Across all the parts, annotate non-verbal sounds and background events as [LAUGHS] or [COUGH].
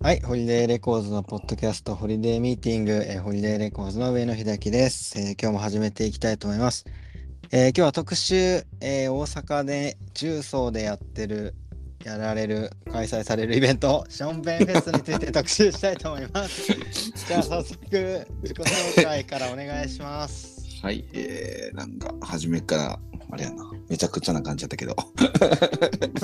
はい、ホリデーレコーズのポッドキャスト、ホリデーミーティング、えーホリデーレコーズの上野秀樹です、えー今日も始めていきたいと思います。えー今日は特集、えー大阪で重曹でやってる、やられる、開催されるイベント、ションベンフェスについて特集したいと思い [LAUGHS] ます。じゃあ早速、自己紹介からお願いします。はい、えー、なんか、初めから、あれやな、めちゃくちゃな感じだったけど。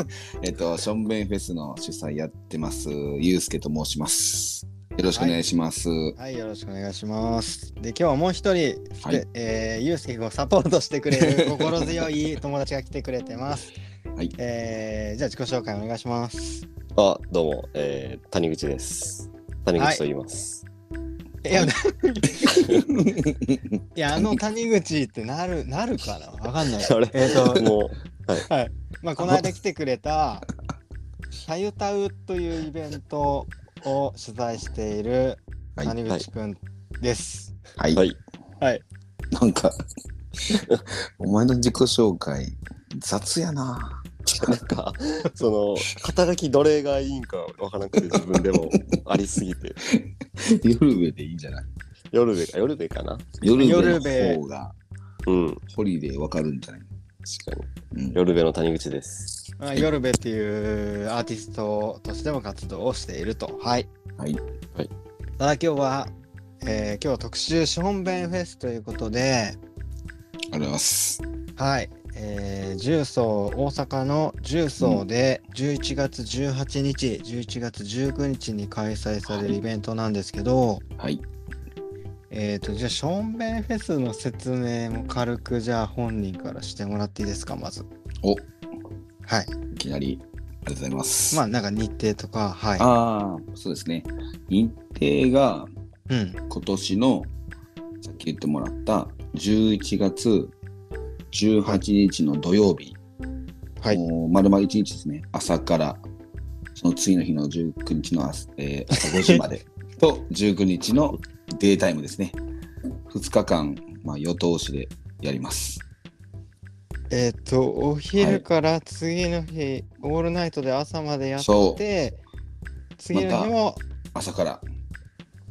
[LAUGHS] えっと、ションベンフェスの主催やってます、ゆうすけと申します。よろしくお願いします。はい、よろしくお願いします。で、今日はもう一人、はいでえー、ゆうすけ君をサポートしてくれる心強い友達が来てくれてます。はいえーじゃあ自己紹介お願いします。あ、どうも、えー、谷口です。谷口と言います。いや、い [LAUGHS] やあの谷口ってなる、なるかなわかんない。あれ、えーとも [LAUGHS] まあ、この間来てくれた、さゆたうというイベントを取材しているはい谷口くんです。はう、い、はい。なんか、 [LAUGHS] お前の自己紹介、雑やな。なんか、その、肩書きどれがいいんかわからなくて、自分で [LAUGHS] もありすぎて。夜べでいいんじゃない夜部か、夜部かな夜夜べべの方が、うん、ホリデーわかるんじゃない確かに。うん、夜部の谷口です。まあ、ヨルベっていうアーティストとしても活動をしていると。はい。はい。はいただ今日は、えー今日は特集ションベンフェスということで、ありがとうございます。はい。えー、重曹、大阪の重曹で11月18日、11月19日に開催されるイベントなんですけど、はい、えっ、と、じゃあ、ションベンフェスの説明も軽く、じゃあ本人からしてもらっていいですか、まず。お、はい。いきなり、ありがとうございます。まあ、なんか日程とか、はい。ああ、そうですね。日程が、うん。今年のさっき言ってもらった11月18日の土曜日、はい。もう丸々1日ですね朝からその次の日の19日の朝,、えー朝5時 [LAUGHS] までと19日のデータイムですね2日間、まあ、夜通しでやりますえっ、と、おはい昼から次の日、オールナイトで朝までやっそて、次の日も朝から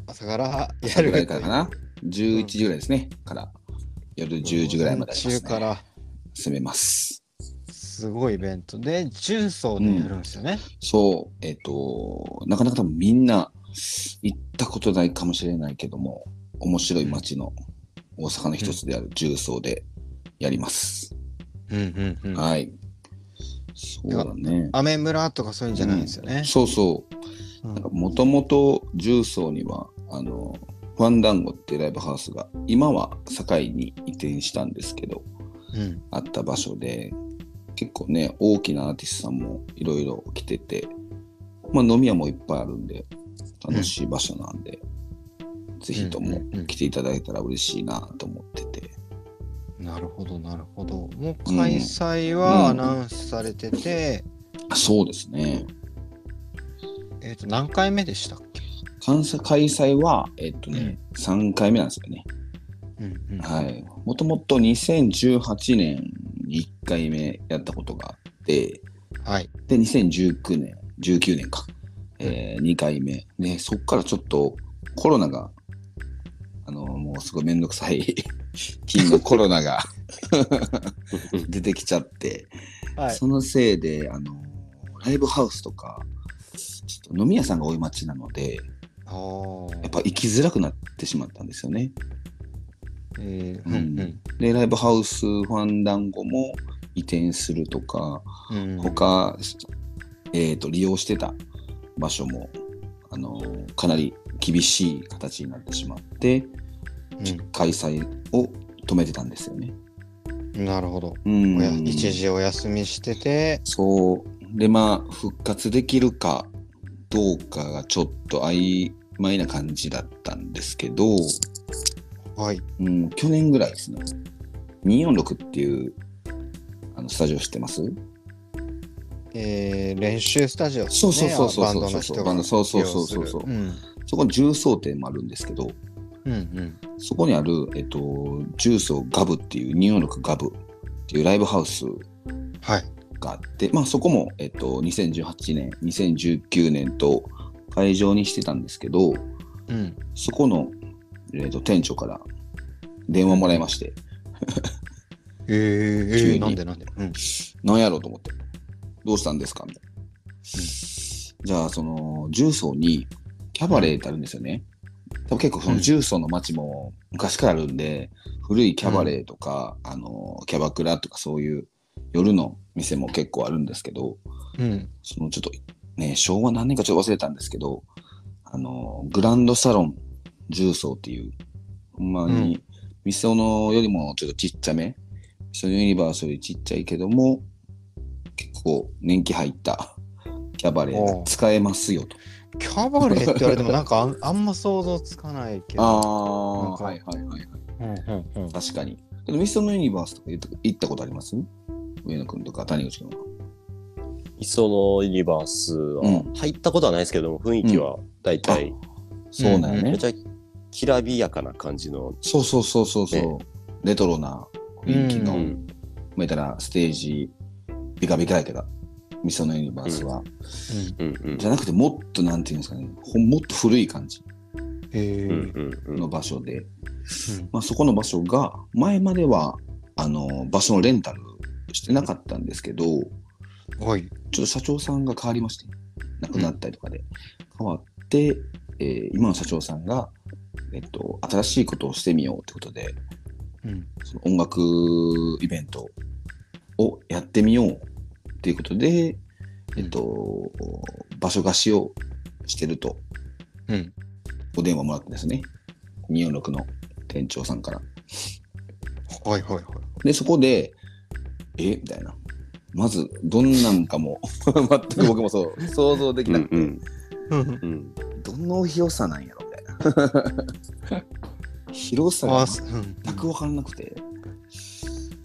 朝からや朝るぐらいからかな11時ぐらいですね、から夜10時ぐらいまであります、ね、中から、攻めますすごいイベントで、重曹でやるんですよね。そう、えっ、と、なかなか多分みんな行ったことないかもしれないけども、面白い街の大阪の一つである重曹でやります。うんうんうん。はい。そうだね。雨村とかそういうんじゃないんですよね。そうそう。うんなんかもともと重曹には、あの、ファンダンゴってライブハウスが、今は堺に移転したんですけど、うんあった場所で結構ね大きなアーティストさんもいろいろ来てて、まあ、飲み屋もいっぱいあるんで楽しい場所なんで、ぜひともうんうんうん来ていただけたら嬉しいなと思ってて、なるほど、なるほど。もう開催はアナウンスされてて、あそうですねえっ、と、何回目でしたっけ関西開催はえっとね、3回目なんですよねうんうんはいもともと2018年に1回目やったことがあってはい。で2019年19年か、え2回目でそっからちょっとコロナがあのもうすごいめんどく [LAUGHS] さい金のコロナが出てきちゃって、はい。そのせいであのライブハウスとかちょっと飲み屋さんが多い町なのであーやっぱ行きづらくなってしまったんですよね。えーうんでライブハウスファンダンゴも移転するとかうんうん他、えー、と利用してた場所も、あのーかなり厳しい形になってしまってう開催を止めてたんですよね。ん、なるほど。うんおや一時お休みしてて、そうでまあ復活できるかどうかがちょっと曖昧な感じだったんですけど、はい。うん、去年ぐらいですね246っていうあのスタジオ知ってますえー、練習スタジオ、ね、そうそうそうそうバンドの人バンがドそうそうそうそうそ利用うするうんそこに重曹店もあるんですけど、うんうんそこにある、えっと、ジュースをガブっていう、246ガブっていうライブハウスはい。があって、まあそこも、えっと、2018年、2019年と開会場にしてたんですけど、うん。そこの、えー、と店長から電話もらいまして、えー、急えー、になんでなんで。うん。なんやろうと思って、どうしたんですかみたいな。じゃあ、その、重曹にキャバレーってあるんですよね。多分結構その重曹の街も昔からあるんで、古いキャバレーとか、あの、キャバクラとかそういう夜の店も結構あるんですけど、うん。そのちょっとね、昭和何年かちょっと忘れたんですけど、あの、グランドサロン重曹っていう、ほんまうに、ミソノよりもちょっとちっちゃめ、ミソノユニバースよりちっちゃいけども、結構年季入ったキャバレーが使えますよと。キャバレーって言われても、なんかあん、あんま想像つかないけど。あなんあ、かはいはいはいはい。うんうんうん。確かに。けどミソノユニバースとか行った行ったことあります上野くんとか谷口くんは。磯のユニバースはう入ったことはないですけども、雰囲気は大体、そうなんようんねめ。ちゃきらびやかな感じの、そうそうそうそうそう。レトロな雰囲気の。うめたらステージビカビカやけどミソのユニバースは、うんうんじゃなくてもっとなんていうんですかねほんもっと古い感じえーうんうんうんの場所で、まあ、そこの場所が前まではあの場所のレンタルしてなかったんですけどちょうん。はい。っと社長さんが変わりまして亡くなったりとかで、変わって、えー今の社長さんが、えっと、新しいことをしてみようってことでうん。その音楽イベントをやってみようっていうことで、えっと、場所貸しをしてるとうん。お電話もらったんですね。246の店長さんから。はいはいはい。で、そこで、えみたいな。まず、どんなんかも、 [LAUGHS] 全く僕 [LAUGHS] もそう、想像できなうくんて、うんうん。うんどの広さなんやろみたいな。 [LAUGHS] 広さあがー、すうん全く分からなくて、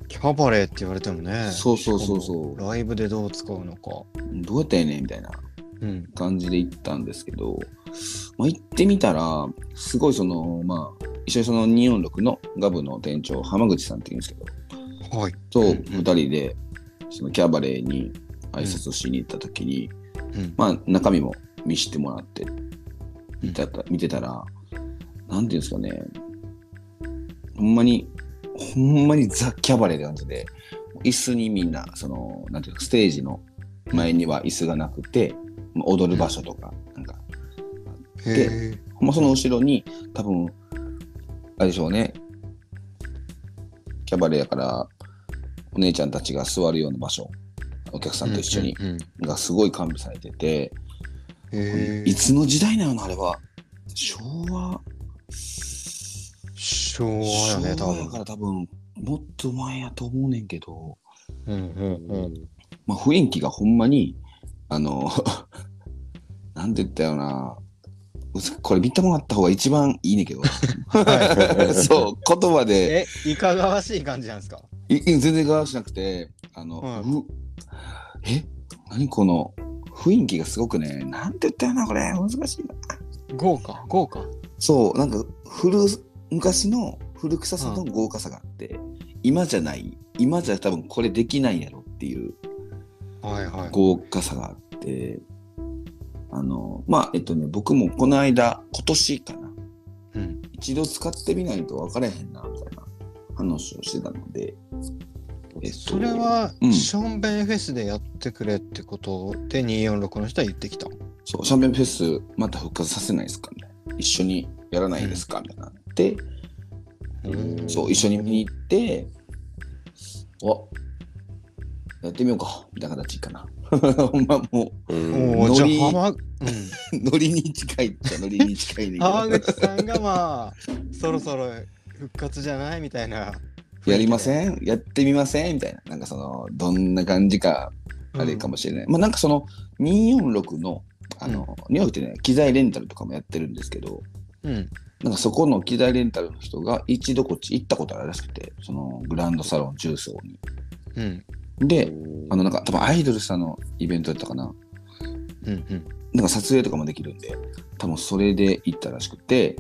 キャバレーって言われてもね。そうそうそうそうライブでどう使うのか。どうやったんやねんみたいな。うん。感じで行ったんですけど、まあ、行ってみたらすごいそのまあ一緒にその246のガブの店長浜口さんって言うんですけどはい。とうん2人でそのキャバレーに挨拶をしに行った時に、うん。まあ中身も見せてもらって見てた見てたら何ていうんですかねほんまにほんまにザ・キャバレーって感じで椅子にみんなそのなんていうかステージの前には椅子がなくて、まあ踊る場所とか、なんかへえ。ほんまその後ろに、多分、あれでしょうね、キャバレーやから、お姉ちゃんたちが座るような場所、お客さんと一緒に、うんうんうんがすごい完備されてて、へえいつの時代なのあれは、昭和、昭和やね、多昭和やか分。ら多分、もっと前やと思うねんけど、うんうんうん。まあ、雰囲気がほんまに、あの、 [LAUGHS] なんて言ったよな、うざこれ見てもらった方が一番いいねんけど、 [LAUGHS] そう、言葉で。え、いかがわしい感じなんですかいい全然ガーしなくてあの、はいうえ何この雰囲気がすごくねなんて言ったよなこれ難しいな豪華、豪華。そうなんか古昔の古臭さと豪華さがあって、今じゃない今じゃ多分これできないやろっていうはいはい。豪華さがあってあのまあえっとね僕もこの間今年かなうん。一度使ってみないと分からへんなみたいな話をしてたので、えっとそれは、うんションベンフェスでやってくれってことで246の人は言ってきた。そう、シャンペンフェスまた復活させないですかみたいな。一緒にやらないですかみたいな。で、うんそう、一緒に見に行って、おやってみようか。みたいな形かな。 [LAUGHS] ほんまもうんおーじノリゃあ浜、うん、う、 [LAUGHS] ノリに近いっちゃノリに近いねんけど浜口さんがまあ、そろそろ復活じゃないみたいな。やりませんやってみませんみたいな。なんかその、どんな感じか、あれかもしれない。まあなんかその、246の、あの、ニューヨークってね、機材レンタルとかもやってるんですけど、うん。なんかそこの機材レンタルの人が一度こっち行ったことあるらしくて、そのグランドサロン重曹に。うん。で、あのなんか多分アイドルさんのイベントだったかな。うん。うん。なんか撮影とかもできるんで、多分それで行ったらしくて、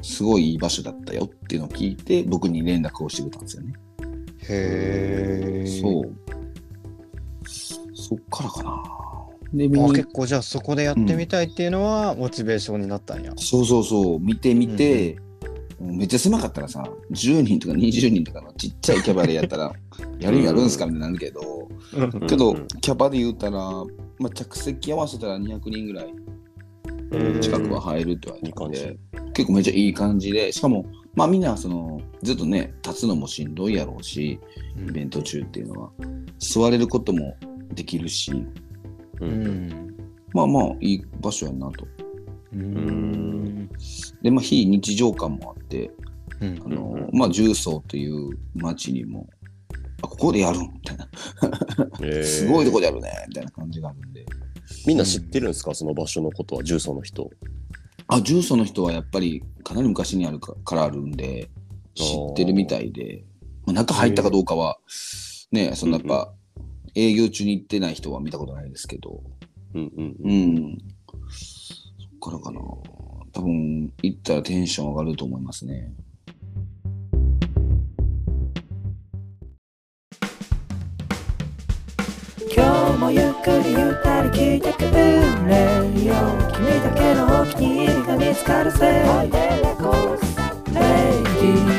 すごいいい場所だったよっていうのを聞いて、僕に連絡をしてくれたんですよね。へえ。そう。そっからかな。で、見あに結構じゃあそこでやってみたいっていうのはモチベーションになったんや。そうそうそう、見て見て、めっちゃ狭かったらさ、10人とか20人とかのちっちゃいキャバでやった [LAUGHS] ら、やるやるんすかみたいになるけど、けどうん、キャバで言ったら、まあ、着席合わせたら200人ぐらいうん近くは入るって言われてたんうで、結構めっちゃいい感じで、しかも、まあみんなその、ずっとね、立つのもしんどいやろうし、イベント中っていうのは、座れることもできるし、ううんん。まあまあいい場所やなと。うん。で、まあ非日常感もあって、うんあ。のうんうんまあ重曹という町にもあここでやるんみたいな、すごいとこでやるねみたいな感じがあるんでみんな知ってるんですかその場所のことは重曹の人あ重曹の人はやっぱりかなり昔にあるかからあるんで知ってるみたいで、まあ、中入ったかどうかはねそのやっぱ営業中に行ってない人は見たことないですけどうんうんううんんそっからかな多分行ったらテンション上がると思いますね今日もゆっくりゆったり聞いてくれよ君だけのお気に入りが見つかるぜレイディ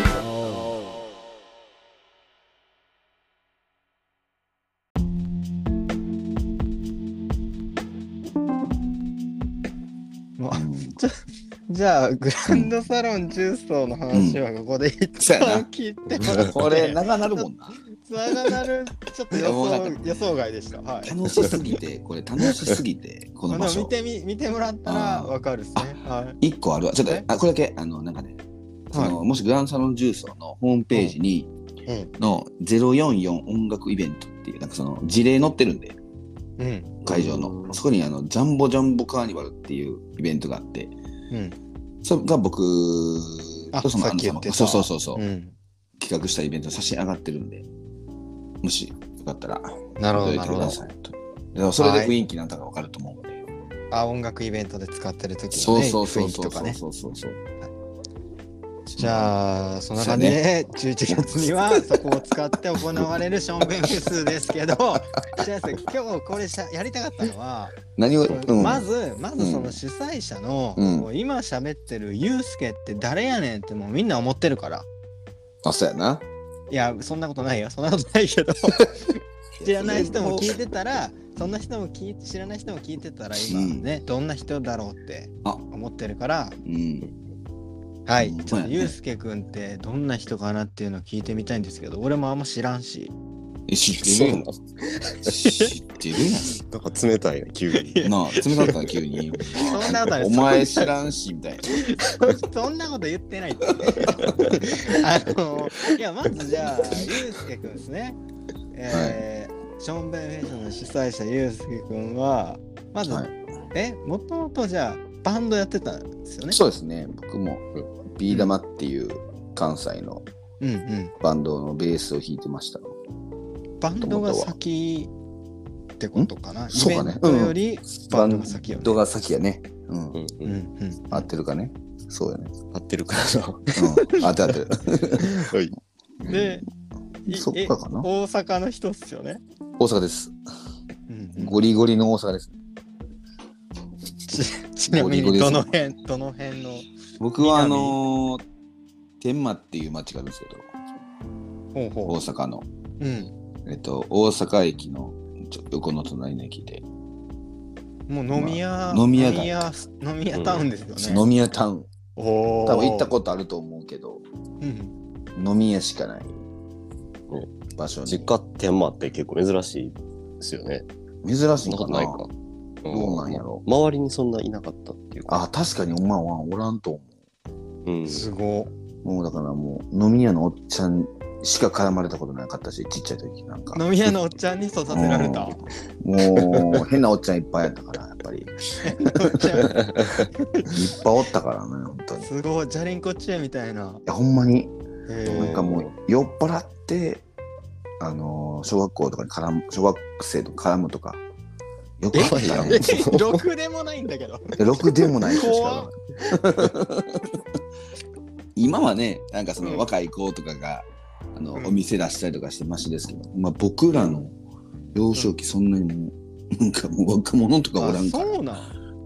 もううんじゃあグランドサロン重曹の話はここで一そうや旦な切ってもらって [LAUGHS] これ長なるもんなつながなるちょっと予いやもうなん想予想外でした。はい。楽しすぎてこれ楽しすぎてこまのあ場でも所見てみ見てもらったあらーわかるですね。は一個あるわ。ちょっとえ、あこれだけ、あの、なんかね、そのもしグランドサロン重曹のホームページに、い。うん。の044音楽イベントっていう、なんかその事例載ってるんで、うん。会場うの。んそこに、あの、ジャンボジャンボカーニバルっていうイベントがあって、うん。それが僕あとそのさっきアン言っナ様てたそうそうそうそうう、ん。企画したイベントの写真上がってるんで、もしよかったら、なるほど覗いなるてくほだど。さいと。でもそれで雰囲気なんだかわかると思うので。あ音楽イベントで使ってる時そのうねそうそ雰う囲気そとうかそうね。そうそうそう。じゃあそんな感じで11月にはそこを使って行われるションベンフェスです [LAUGHS] けど、じゃあ今日これしゃやりたかったのは、何を、うんまずまずその主催者の、うんこう今喋ってるユうスケって誰やねんってもうみんな思ってるから。あ、そうやな。いやそんなことないよそんなことない [LAUGHS] けど知らない人も聞いてたらそんな人も聞い知らない人も聞いてたら今ね、どんな人だろうってあ思ってるからうん。はういんちょっまあとねゆうすけくんってどんな人かなっていうのを聞いてみたいんですけど俺もあんま知らんしえ知ってそうるやなんん。だ知ってるなんか冷たいね急にやん。 [LAUGHS] なあ、冷たかったな急に。そんなことないお前知らんし、みたいな。 [LAUGHS] そんなこと言ってないって [LAUGHS] あのいやまずじゃあゆうすけくんですねえーションベンフェスの主催者ゆうすけくんはまず、はいえもともとじゃあバンドやってたんですよねそうですね、僕も、ビー玉っていう関西のうんうん。バンドのベースを弾いてました。バンドが先ってことかな。イそうベかねントよりバンドが先よバね。ンドが先やね。うん。うんううんうんん。合ってるかね。そうやね。合ってるからな [LAUGHS] うん。合ってる合ってる。はいう [LAUGHS] んで、いそっえかかな。大阪の人っすよね。大阪です。うんうんゴリゴリの大阪です。ちちなみゴにリゴどリの辺どの辺の僕はあのー、天満っていう町があるんですけど、方大法。阪の。うん。えっと、大阪駅のちょ横の隣の駅で、もう飲み屋、まあ飲み屋街飲み屋飲み屋タウンですよね。飲み屋タウンおお。多分行ったことあると思うけどうん。飲み屋しかない場所に実家天満って結構珍しいですよね珍しそいんのなかことなないかどうなんやろ周りにそんないなかったっていうかあ確かにお前はおらんと思う [LAUGHS] んすごうもうだからもう飲み屋のおっちゃんしか絡まれたことなかったしちっちゃい時なんかい。飲み屋のおっちゃんに育てられた。うんもう変なおっちゃんいっぱいやったからやっぱりいっおっちゃんぱいおったからね本当にいすごい。じゃりんこちえみたいな。やほんまにへうーなんかもう酔っ払って、あのー小学校とかに絡む、小学生と絡むとか、よくあったやんね。 [LAUGHS] ろくでもないんだけど。ろくでもない人し怖かっ。 [LAUGHS] 今はね、なんかそうんの若い子とかが、あの、うんお店出したりとかしてマシですけど、まあ僕らの幼少期そんなにもう、 [LAUGHS] なんかもう若者とかおらあんからそうなん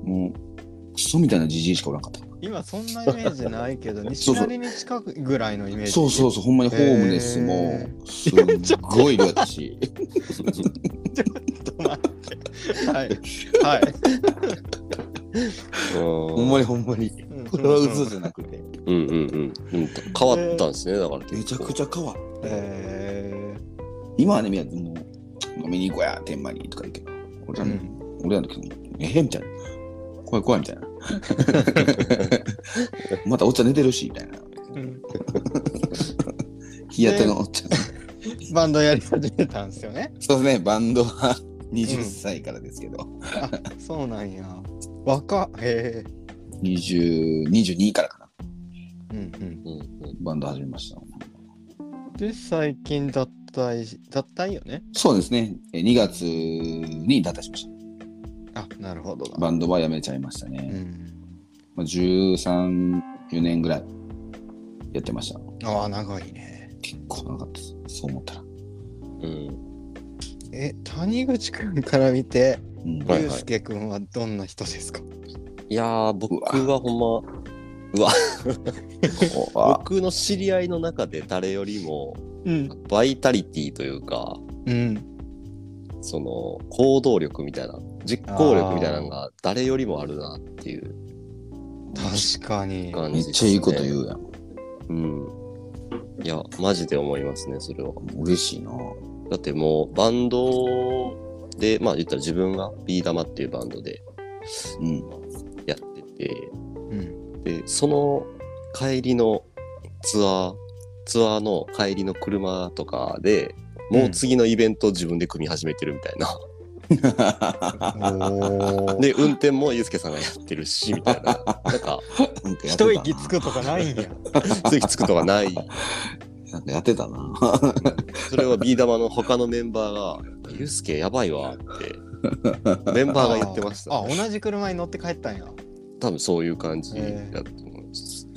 もうクソみたいなじじいしかおらんかった今そんなイメージないけど西 [LAUGHS] そうそう成に近くぐらいのイメージそうそうそうほんまにホームレスもへすっごいいる [LAUGHS] 私ちょっと待って [LAUGHS] はいはい、ほんまにほんまにうんこれは嘘じゃなくてうんうんうん。でも変わったんですね、だから結構。めちゃくちゃ変わるえ今はねみやもう飲みに行こうや天満にとか言うけど俺らの、俺らの時もえみたいな怖い怖いみたいなまたおっちゃん寝てるしみたいなーうん日当てのおっちゃんバンドやり始めたんですよねそうですね、バンドは20歳からですけど、あそうなんや若っへえ20 22からかな、うんうんうんうんバンド始めました。で最近脱退し脱退よねそうですね、え2月に脱退しましあなるほどた。だバンドは辞めちゃいましたね。うんまあ、13、4年ぐらいやってました。ああ長いね結構長かったです、そう思ったら。うん。え谷口くんから見てうんはいゆうすけくんはどんな人ですかいやー、僕はほんま、ここは僕の知り合いの中で誰よりも、うんバイタリティというか、うんその行動力みたいな、実行力みたいなのが誰よりもあるなっていう確かに感めじっです、ね。ちゃいいこと言うやん。うん。いや、マジで思いますね、それは。嬉しいな。だってもう、バンドで、まあ言ったら自分がビー玉っていうバンドでうん。やってて、うんで、その帰りのツアー、ツアーの帰りの車とかでもう次のイベントを自分で組み始めてるみたいな。おー [LAUGHS] で、運転もユースケさんがやってるし、みたいな。なんか、なんかやってた一な息つくとかないんやつきつくとかない。なんかやってたな。それはビー玉の他のメンバーが、ユースケやばいわ [LAUGHS] って、メン [LAUGHS] バーが言ってましたあ。同じ車に乗って帰ったんや多分そういう感じだと思います。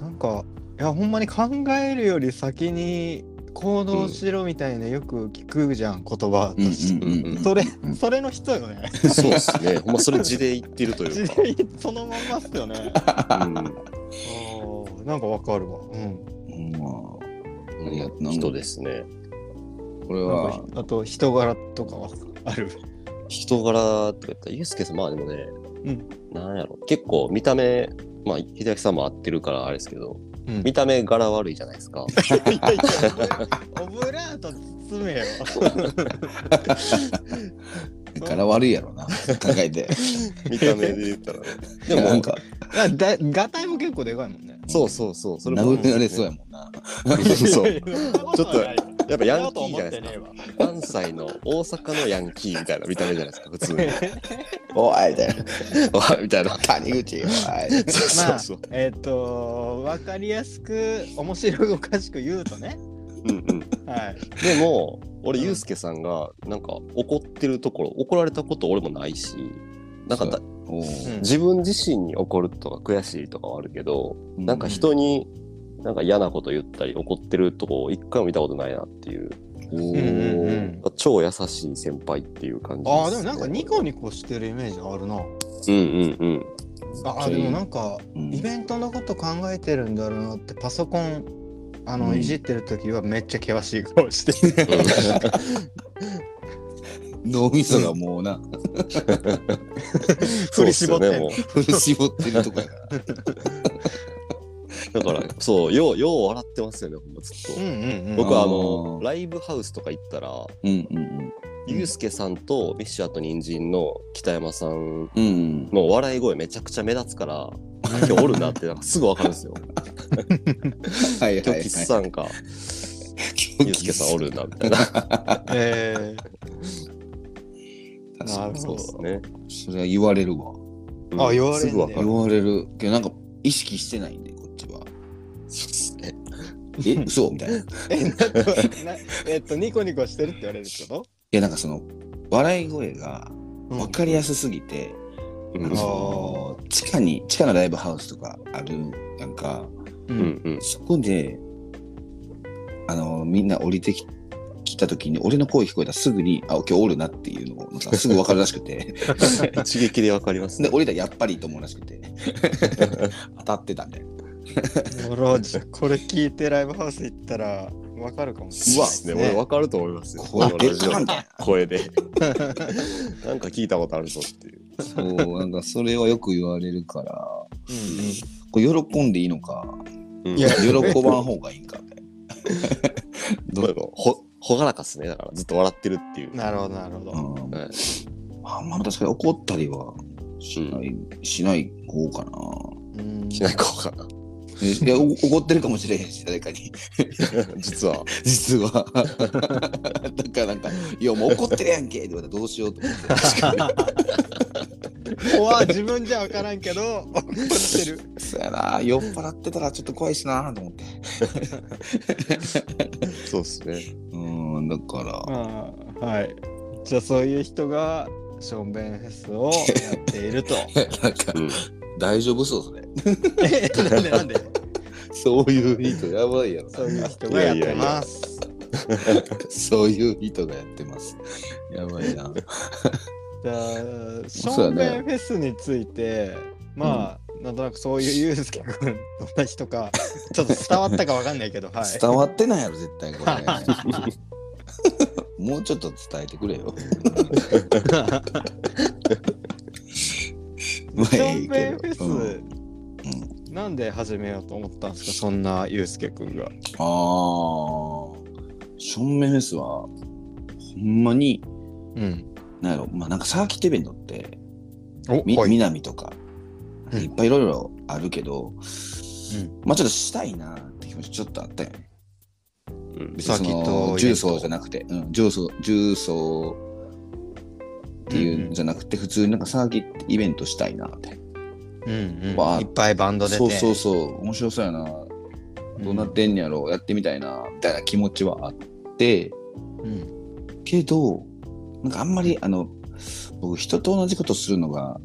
なんかいやほんまに考えるより先に行動しろみたいな、よく聞くじゃん言葉として、それそれの人よねそうですね。ほんまそれ字で言ってるという時か。代そのまんまっすよねあ [LAUGHS] うんーなんかわかるわうんうん [LAUGHS] まありがとう人ですね。あこれなんはかあと人柄とかは [LAUGHS] ある人柄とか言ったら、ユースケさん、まあでもね、うんなんやろ、結構見た目、まあ、秀明さんも合ってるからあれですけど、うん見た目柄悪いじゃないで [LAUGHS] すか。いやいやいやオブラート包めよ [LAUGHS] 柄悪いやろな、考えて。見た目で言ったらね。[LAUGHS] ででもなんも、かだだガタイも結構でかいもんねそうそうそう、それも。殴られそうやもんな。 [LAUGHS] そういやいやそんなこはないやっぱヤンキーそじんゃなないこと思って。ですかねえわ関西の大阪のヤンキーみたいな見た目じゃないですか、普 [LAUGHS] 通に。おいみたいな。わみたいな。谷口、おい。そうまそうあそう。えっ、とわかりやすく面白いおかしく言うとねうんうん、ではいも、俺、うんユうスケさんが、なんか、怒ってるところ、怒られたこと俺もないし、なんかだ、おーうん自分自身に怒るとか悔しいとかはあるけど、なんか人に、なんか嫌なこと言ったり、怒ってるとこを一回も見たことないなっていう、おうんーうんうん超優しい先輩っていう感じあーでもなんかニコニニコしてるイメージあるなうんう [LAUGHS] んうん。ああでもなんかうんイベントのこと考えてるんだろうなってパソコンあの、うんいじってる時はめっちゃ険しい顔してる脳みそがもうな、 [LAUGHS] 振り絞ってんそのうっすよねも振り絞ってるとこやから。うだから、そう、よう、よう笑ってますよね、ほんまずっうと。んうんうん僕はああのーライブハウスとか行ったら、うんうんゆうすけさんとミッシャーと人参の北山さんうん。うんの笑い声めちゃくちゃ目立つから、今日おるなってなんかすぐわかるんですよ。はいはい今はい。日キスさんか、ゆうすけさんおるなみたいな。え確かになるそほどうですね。それは言われるわ。うんあ言われんねすぐわか言る。われる。けどなんか意識してないんで、こっちは。そうっすねえ、嘘みたいな。いー、 [LAUGHS] えなんかなえっとニコニコしてるって言われるってこや、なんかその、笑い声がと、分かりやすすぎて、うなんんかその地下に、地下のライブハウスとかある、なんか、う [LAUGHS] うんんうんそこで、あの、みんな降りてき来た時に俺の声聞こえたらすぐに、あ、今日おるなっていうのをなんかすぐ分かるらしくて、 [LAUGHS] 一撃でわかりますでね。、俺らやっぱりと思うらしくて、 [LAUGHS] 当たってたみたいな。おろじこれ聞いてライブハウス行ったらわかるかもしうれわないですね。俺わかると思いますよ。声このでラジかオかんだよ。声で。 [LAUGHS] なんか聞いたことあるぞっていう。そう、なんかそれはよく言われるから、うんこれ喜んでいいのか、うんいや喜ばん方がいいんかみたいどうやろうほ、ほがらかっすね。だからずっと笑ってるっていううん。。なるほどなるほど。な。ううんはいあんまり確かに怒ったりはしない、しない方 [LAUGHS] かな。んしない子かな。えいや、お怒ってるかもしれへんし、誰かに。 [LAUGHS] 実は。実は。 [LAUGHS] だからなんか、いや、もう怒ってるやんけって言われたらどうしようと思って。 [LAUGHS] 怖い自分じゃ分からんけど怒ってる。そうやな、酔っ払ってたらちょっと怖いしなと思って。そうっすね。うん、だから、まあはい。じゃあそういう人がションベンフェスをやっていると。 [LAUGHS] なんか、うん。大丈夫そう、それ。え [LAUGHS] なんでなんでそういう人、やばいやろ。そういう人がやってます。そういう人がやってます。やばい [LAUGHS] な。じゃあシそうョやンねベンフェスについて、まあ、なんとなくそういうユースケ君どんな人 [LAUGHS] かちょっと伝わったかわかんないけど、はい。伝わってないやろ、絶対こ [LAUGHS] れ。もうちょっと伝えてくれよ。まションベンフうんェス、なんで始めようと思ったんですかそんなユースケ君が。ああ、ションベンフェスは、ほんまに、うん。なんやろ、まあなんかサーキットイベントって、おみ、はい。南とか、うんいっぱいいろいろあるけど、うんまあちょっとしたいなって気持ちちょっとあったよね。うんサーキットイベント重曹じゃなくて、うん、重曹、重曹っていうんじゃなくて、普通になんかサーキットイベントしたいなみたいな。うんうんまあいっぱいバンド出て。そうそうそう、面白そうやな、どうなってんやろ、やってみたいな、みたいな気持ちはあって、うんけど、なんかあんまり、あの、僕、人と同じことするのが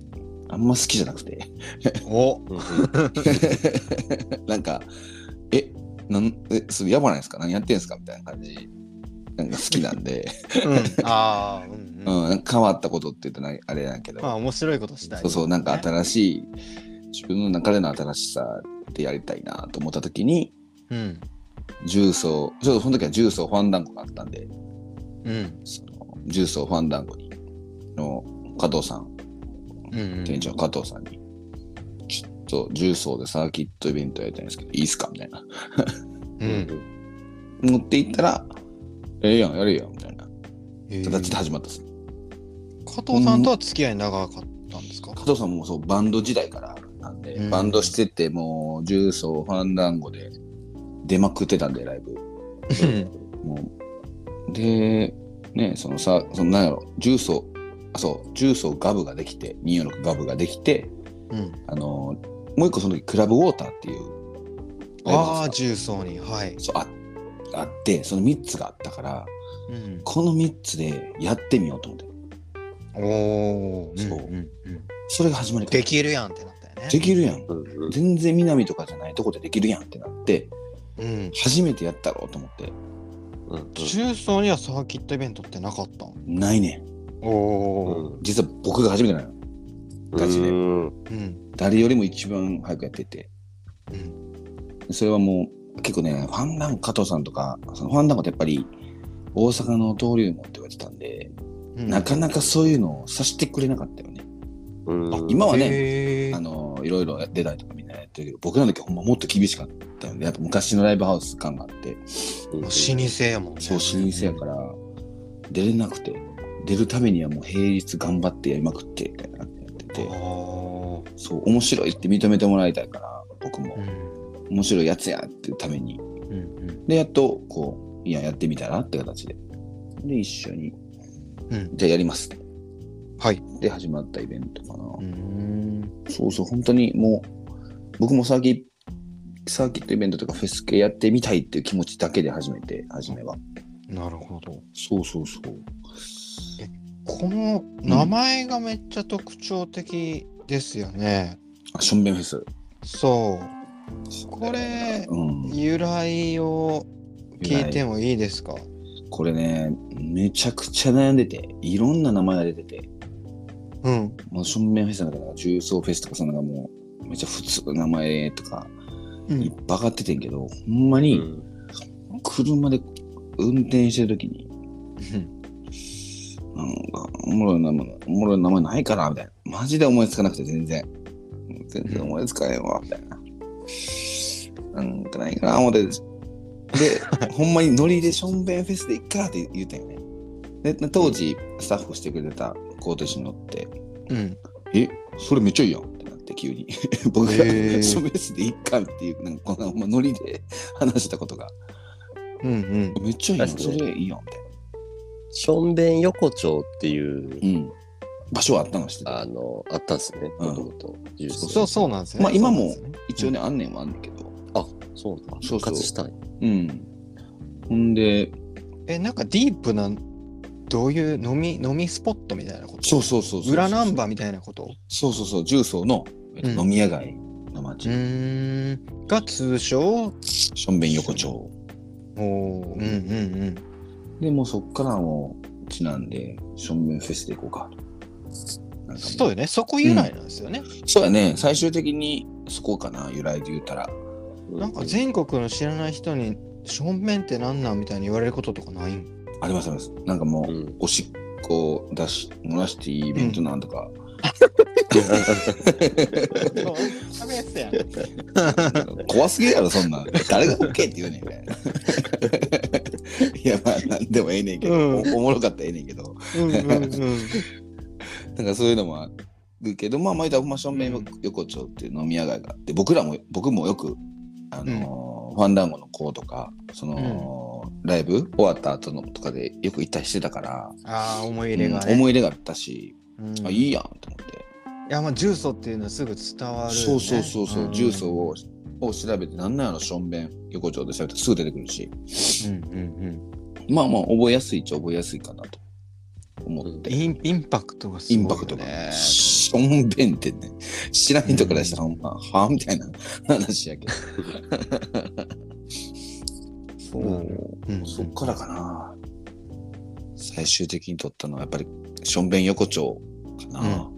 あんま好きじゃなくて、 [LAUGHS] おうんうんなんか、え、なん、え、それやばないですか何やってんすかみたいな感じ、なんか好きなんで、うん、 [LAUGHS] ああ、うん、うん。うん、なんか変わったことって言うとなあれなんやけど、まあ、面白いことしたい。そうそう、なんか新しい、自分の中での新しさでやりたいなと思った時に、うん。重曹、ちょっとその時は重曹ファンダンゴがあったんで、うん。その重曹ファンダンゴにの加藤さん、うん。店長の加藤さんに、ちょっと重曹でサーキットイベントやりたいんですけど、いいっすかみたいな。う。うんん持っていったら、ええやん、やれよ、みたいな形で加始まったです。藤さんとは付き合い長かったんですか加藤さんもそうバンド時代からなんで、うんバンドしてて、もう重曹ファンダンゴで出まくってたんで、ライブ。うん。もうで、ね、そのさ、そのなんやろ、重曹、あ、そう、重曹ガブができて、246ガブができて、うん。あのもう一個その時、クラブウォーターっていうライブあハあ、ウス重曹に。はい。そうああって、その3つがあったから、うん。この3つでやってみようと思って、おお。そうんんうんそれが始まりからできるやんってなったよね。できるやん。うんうん全然南とかじゃないとこでできるやんってなって、うん。初めてやったろうと思って、うん重曹にはサーキットイベントってなかったんないねん。おうお。ん実は僕が初めてなの。ガチでうんうん。誰よりも一番早くやってて。うん。それはもう結構ねファンダンゴ加藤さんとかそのファンダンゴってやっぱり大阪の登竜門って言われてたんで、うんなかなかそういうのをさしてくれなかったよね、うんあ今はねへーあのいろいろ出たりとかみんなやってるけど僕らの時ほんまもっと厳しかったよねやっぱ昔のライブハウス感があってうんもう老舗やもんね。そう老舗やから出れなくて出るためにはもう平日頑張ってやりまくってみたいな感じでやってあてーそう面白いって認めてもらいたいから僕もうん面白いやつやっていうためにうんで、やっと、こう、いや、やってみたらって形で。で、一緒に、うんじゃあやりますって。はい。で、始まったイベントかな。うん。そうそう、本当にもう、僕もサーキサーキットイベントとかフェス系やってみたいっていう気持ちだけで始めて、初めは。なるほど。そうそうそう。この名前がめっちゃ特徴的ですよね。あ、ションベンフェス。そう。これ、うん。由来を聞いてもいいですかこれね、めちゃくちゃ悩んでて、いろんな名前が出てて、うん。もうションメンフェスなんか、重曹フェスとか、そのなんかもう、めちゃ普通の名前とか、ういっん。ぱい上がっててんけど、ほんまうにん。車で運転してる時に、なんか、おもろい名前、おもろい名前ないかなみたいな。マジで思いつかなくて、全然。全然思いつかへんわ、みたいな。なんかないかな、思って。 [LAUGHS] で、ほんまにノリでションベンフェスで行っかって言ったよね。で、当時、スタッフをしてくれた子と一緒に乗って、うん。え、それめっちゃいいやんってなって、急に。 [LAUGHS] 僕が、へーションベンフェスで行っかっていう、なんかこんなほんまノリで話したことが、うん。うん。めっちゃいいやん、確かそにれいいやん、みたいな。ションベン横丁っていう、うん。場所はあったのしてた。あの、あったんですね。うんもともと。そう、そうなんですよね。まあ今もそうなんですね一応ね、あんねんはあんねんけど。そうなんだ。そうそう復活したんやうん。ほんで、え、なんかディープな、どういう飲み、飲みスポットみたいなことそうそうそうそう。裏ナンバーみたいなことそうそうそう、重曹のえっとうん飲み屋街の町、うーん。が通称ションベン横丁。おお。うんうんで、もうそっからもう、ちなんで、ションベンフェスで行こうかと。なうんん。かそうもよね。そこ由来なんですよね。うそうやね、最終的にそこかな、由来で言ったら。なんか全国の知らない人に、正面ってなんなんみたいに言われることとかないんありますあります。なんかもう、うんおしっこ出し、漏らしていいイベントなんとか、食べやすやん。怖すぎるやろ、そんなん。誰が OK って言うねんみたいな。いや、まあ、なんでもええねんけど、うんおおもろかったらええねんけど。うんうんうん。なんかそういうのもあるけど、まあ、まあ、ほんま正面横丁っていう飲み屋街があって、僕らも、僕もよく、あのーファンダンゴの子とか、その、ライブ終わった後のとかでよく行ったりしてたから、ああ、思い入れがうんね。思い入れがあったし、うんあ、いいいやんと思って。や、まあ、重曹っていうのはすぐ伝わるよね。そうそうそうそう、ん重曹をを調べて、なんなんやろ、しょんべん横丁で調べたらすぐ出てくるし、うんうんまあまあ、覚えやすいっちゃ覚えやすいかなと思って。うん。インインパクトがすごイいよね。ンパクトが。しょんべんってね、知らん人からしたらほんま、はあみたいな話やけど。 [LAUGHS] そうんうんう、そっからかな。最終的に取ったのはやっぱり、しょんべん横丁かな。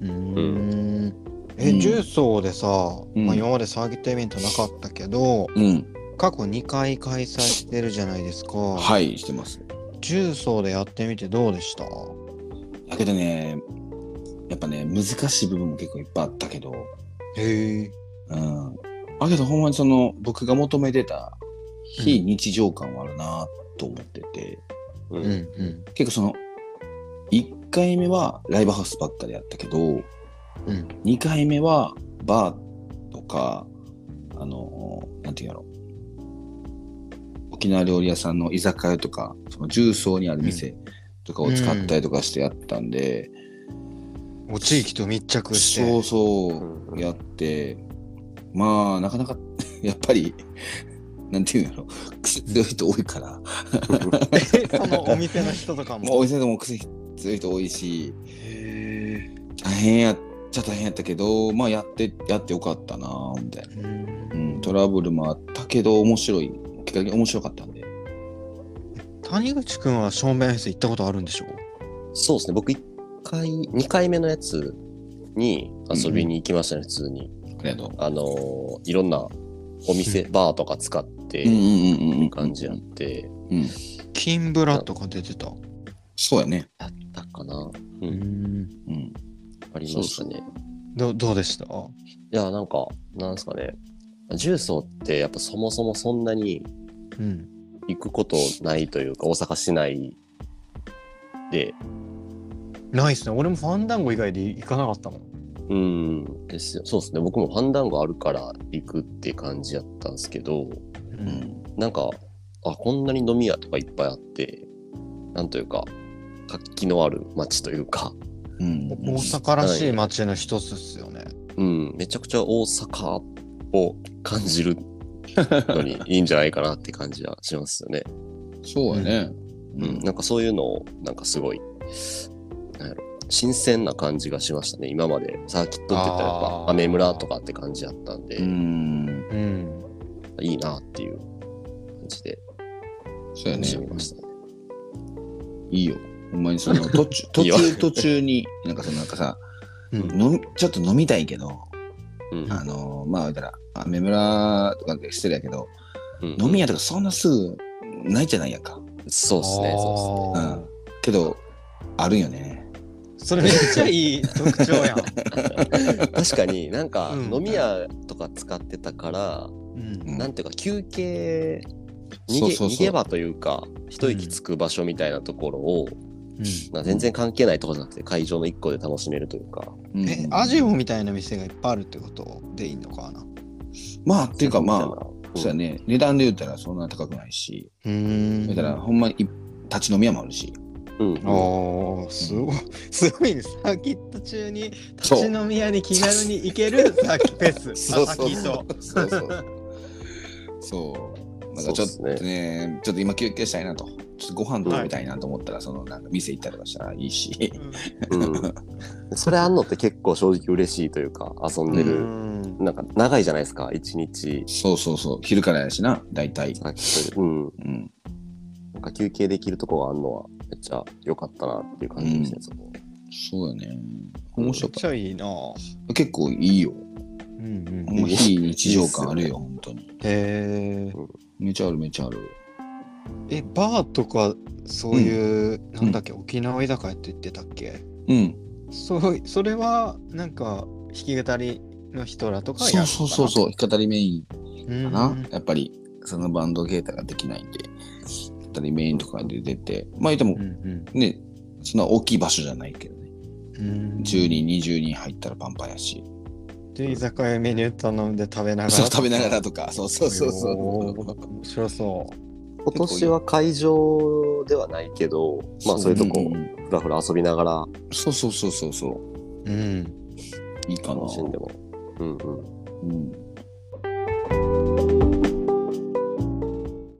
うー。うんえ、うん重曹でさ、うんまあ、今までサーキットイベントなかったけど、うん、過去2回開催してるじゃないですか。はい、してます。重曹でやってみてどうでしただけどね、やっぱね、難しい部分も結構いっぱいあったけど、へえ。うん。だけどほんまにその、僕が求めてた非日常感はあるなと思ってて、ううんん。う結構その1回目はライブハウスばっかでやったけど、うん2回目はバーとかあのなんていうんやろ沖縄料理屋さんの居酒屋とかその重曹にある店とかを使ったりとかしてやったんで、ん。もう地域と密着して。そうそうやってまあなかなか [LAUGHS] やっぱりなんていうんやろ癖強い人多いから。えそのお店の人とかもうおも。店でも癖強い人多いしへ大変やっちゃ大変やったけどまあやってやってよかったなぁみたいな、え。うんうん、トラブルもあったけど面白い結果的に面白かったんで谷口くんは正面フェス行ったことあるんでしょそうですね。僕、一回、二回目のやつに遊びに行きましたね、普通に。ありがとうあのーいろんなお店、バーとか使って、うんうんうん感じやって、うん金ブラとか出てた。そうやねやったかな。う、うんん。うんありましたね。どどうでしたいや、なんか、なんですかね。重曹ってやっぱそもそもそんなにうん。行くことないというか、大阪市内で、ないっすね。俺もファンダンゴ以外で行かなかったもん。うんですよそうですね僕もファンダンゴあるから行くって感じやったんですけどう。うんなんかあこんなに飲み屋とかいっぱいあってなんというか活気のある街というか、うん大阪らしい街の一つっすよね。うん、めちゃくちゃ大阪を感じるのにいいんじゃないかなって感じはしますよね。そうやねううんん、なんかそういうのをなんかすごいなんやろ新鮮な感じがしましたね今までサーキットって言ったらやっあぱー雨村とかって感じやったんで、うんうん。いいなっていう感じでそうやね楽しみましたね。いいよ。ほんまにそ [LAUGHS] の途中途いいよ中途中になんかそのなんかさ、うん飲みちょっと飲みたいけど、うんあのまあ言うたらあ目村とかで失礼やけど、うん飲み屋とかそんなすぐないじゃないやんか。そうですね、そうあん。けどあるよね。ーそれめっちゃいい特徴やん。っすね。確かになんかうん飲み屋とか使ってたか [LAUGHS] ら、うんなんていうか休憩逃げそうそうそう逃げ場というか一息つく場所みたいなところを、うんまあ全然関係ないところじゃなくて会場の一個で楽しめるというかうんえ、アジオみたいな店がいっぱいあるってことでいいのかなまあっていうかまあうんそうやね値段で言ったらそんな高くないし、う言んったらほんまにい立ち飲み屋もあるし。うんおーすごい、 [LAUGHS] すごいね。サーキット中に立そうち飲み屋に気軽に行けるサーキフェス。 [LAUGHS] そうそうサーキットそうそう。そう。なんかちょっとそうっねすちょっと今休憩したいなと、ちょっとご飯食べたいなと思ったら、そのなんか店行ったりとかしたらいいし、 [LAUGHS] うん、 [LAUGHS] それあんのって結構正直嬉しいというか遊んうでる、ん。なんか長いじゃないですか一日そうそうそう、昼からやしな、大体。うんうん。なんか休憩できるとこがあるのはめっちゃ良かったなっていう感じですね、そこそうよね。うん面めっ白かちっゃいいなぁ。た。結構いいよ。うんうんほんま非日常感あるよ、本当に。へーめちゃあるめちゃある。え、バーとかそういう、なんだっけ、沖縄居酒屋って言ってたっけうん。そうそれはなんか弾き語りの人らとかやるそうのかなそうそうそう、弾き語りメイうんンかな。やっぱり、そのバンドゲータができないんで、弾き語りメインとかで出て、まあ言ってもう、んね、そんな大きい場所じゃないけどね。うん10人、20人入ったらパンパンやし。で居酒屋メニュー頼んで食べながらそう、食べながらと [LAUGHS] か。そうそうそうそう。面白そう今年は会場ではないけどまあそういうとこんふらふら遊びながらそうそうそうそうそう。うんいいかな楽。しんでもうんうんうん。